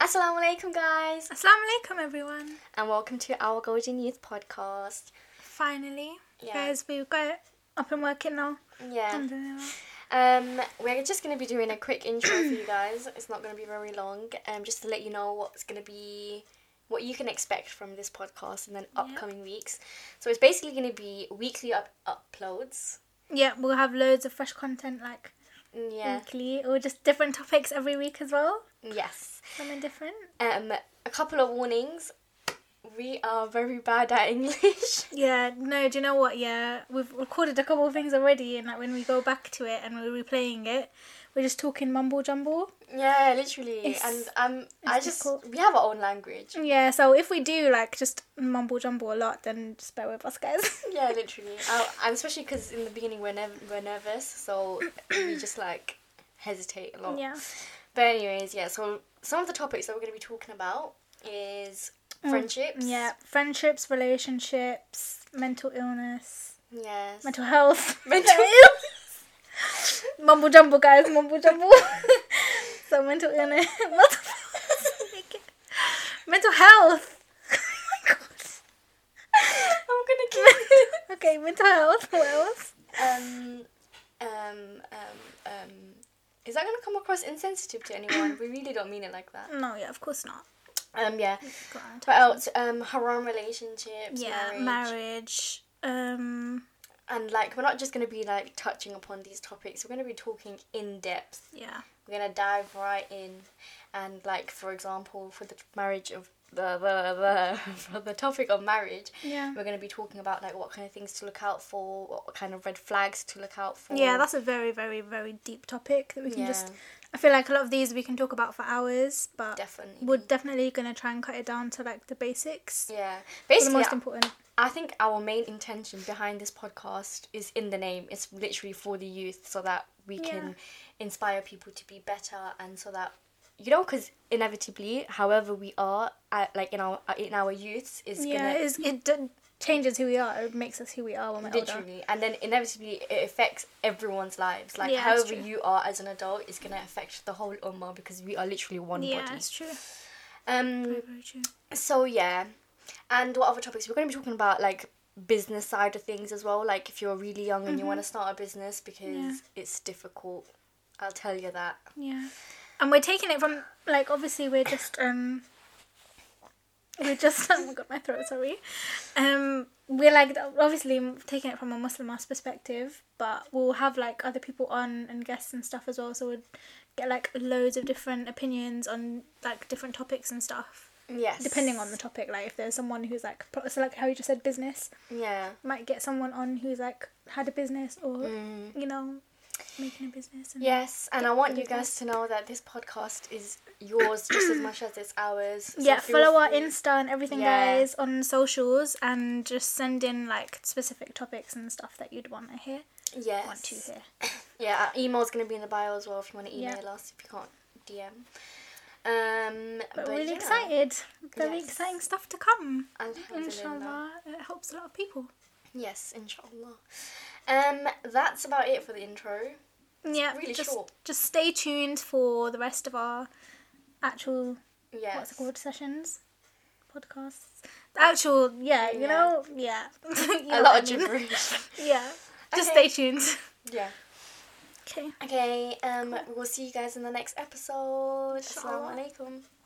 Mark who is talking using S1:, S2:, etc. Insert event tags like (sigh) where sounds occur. S1: Assalamu alaikum, guys,
S2: Assalamu alaikum, everyone.
S1: and welcome to our Golden Youth podcast.
S2: Finally,
S1: Yeah.
S2: guys, we've got up and working now.
S1: Yeah,
S2: Alhamdulillah.
S1: um, we're just going to be doing a quick intro for you guys. It's not going to be very long, um, just to let you know what's going to be what you can expect from this podcast in the upcoming weeks. So it's basically going to be weekly up- uploads.
S2: Yeah, we'll have loads of fresh content like
S1: Yeah.
S2: weekly or just different topics every week as well.
S1: Yes.
S2: Something different.
S1: Um, a couple of warnings. We are very bad at (laughs) English.
S2: Yeah, no, do you know what? Yeah, we've recorded a couple of things already, and like when we go back to it and we're replaying it, we're just talking mumble jumble.
S1: yeah, literally.
S2: It's-
S1: and um, I
S2: it's
S1: just
S2: difficult.
S1: we have our own language.
S2: Yeah, so if we do like just mumble jumble a lot, then just bear with us, guys. (laughs)
S1: Yeah, literally. I, and especially because in the beginning we're, nev- we're nervous, so
S2: (coughs)
S1: we just like hesitate a lot.
S2: yeah.
S1: But anyways, yeah. So some of the topics that we're going to be talking about is friendships.
S2: Oh, Yeah, friendships, relationships, mental illness,
S1: Yes.
S2: mental health.
S1: (laughs) Mental
S2: mumble jumble, guys, mumble jumble. (laughs) so mental illness. (laughs) What the fuck? mental health. Oh
S1: (laughs) I'm gonna
S2: my
S1: kill.
S2: God. (laughs) okay, mental health. What else?
S1: um, um, um, um. Is that gonna come across insensitive to
S2: (coughs)
S1: anyone? we really don't mean it like that.
S2: No, yeah, of course not.
S1: Um, yeah.
S2: Got on
S1: What
S2: top.
S1: else? Um, haram relationships.
S2: Yeah,
S1: marriage.
S2: marriage. Um,
S1: And like, we're not just gonna be like touching upon these topics. We're gonna be talking in depth.
S2: yeah,
S1: we're gonna dive right in and like for example for the marriage of the the, (laughs) the for the topic of marriage
S2: yeah,
S1: we're gonna be talking about like what kind of things to look out for what kind of red flags to look out for
S2: yeah. That's a very, very, very deep topic that we can
S1: Yeah,
S2: just. I feel like a lot of these we can talk about for hours, but
S1: definitely
S2: we're definitely gonna try and cut it down to like the basics.
S1: yeah
S2: Yeah. The
S1: basically
S2: most important.
S1: i think our main intention behind this podcast is in the name it's literally for the youth so that we
S2: Yeah.
S1: can inspire people to be better and so that you know because inevitably however we are at, like in our uh, in our youths is
S2: yeah,
S1: gonna
S2: it's, it d- changes who we are. It makes us who we are when we're older.
S1: literally and then inevitably it affects everyone's lives like
S2: Yeah, that's
S1: however
S2: true.
S1: you are as an adult is going to affect the whole ummah because we are literally one
S2: Yeah,
S1: body
S2: it's true.
S1: um
S2: Very, very true.
S1: so yeah and what other topics we're going to be talking about like business side of things as well like if you're really young and you want to start a business because
S2: Mm-hmm. Yeah.
S1: it's difficult i'll tell you that
S2: Yeah, and we're taking it from like obviously we're just um we're just (laughs) oh my god my throat sorry um we're like obviously taking it from a Muslim ass perspective, but we'll have like other people on and guests and stuff as well, so we'll get like loads of different opinions on like different topics and stuff
S1: yes
S2: depending on the topic. Like if there's someone who's like pro- so like how you just said business.
S1: yeah
S2: might get someone on who's like had a business or
S1: Mm.
S2: you know making a business and
S1: Yes, and I want you guys to know that this podcast is yours just as much as it's ours. so
S2: yeah
S1: feel
S2: follow our
S1: free-
S2: insta and everything
S1: Yeah.
S2: guys on socials and just send in like specific topics and stuff that you'd want to hear
S1: Yes.
S2: want to hear
S1: Yeah, our email's gonna be in the bio as well if you want to
S2: Yeah.
S1: email us if you can't DM. Um,
S2: but, we're really
S1: yeah,
S2: excited very
S1: Yes.
S2: exciting stuff to come
S1: alhamdulillah.
S2: inshallah it helps a lot of people
S1: Yes, inshallah. Um, that's about it for the intro.
S2: yeah
S1: Really
S2: just
S1: short.
S2: just stay tuned for the rest of our actual
S1: Yes.
S2: what's it called sessions podcasts the actual yeah you
S1: Yeah.
S2: know yeah (laughs) You know
S1: A
S2: what
S1: lot
S2: I
S1: of
S2: mean.
S1: gibberish.
S2: Yeah. Just
S1: Okay.
S2: stay tuned.
S1: (laughs) yeah.
S2: Okay. (laughs)
S1: Okay. Um, we'll see you guys in the next episode.
S2: Inshallah.
S1: Assalamu alaikum.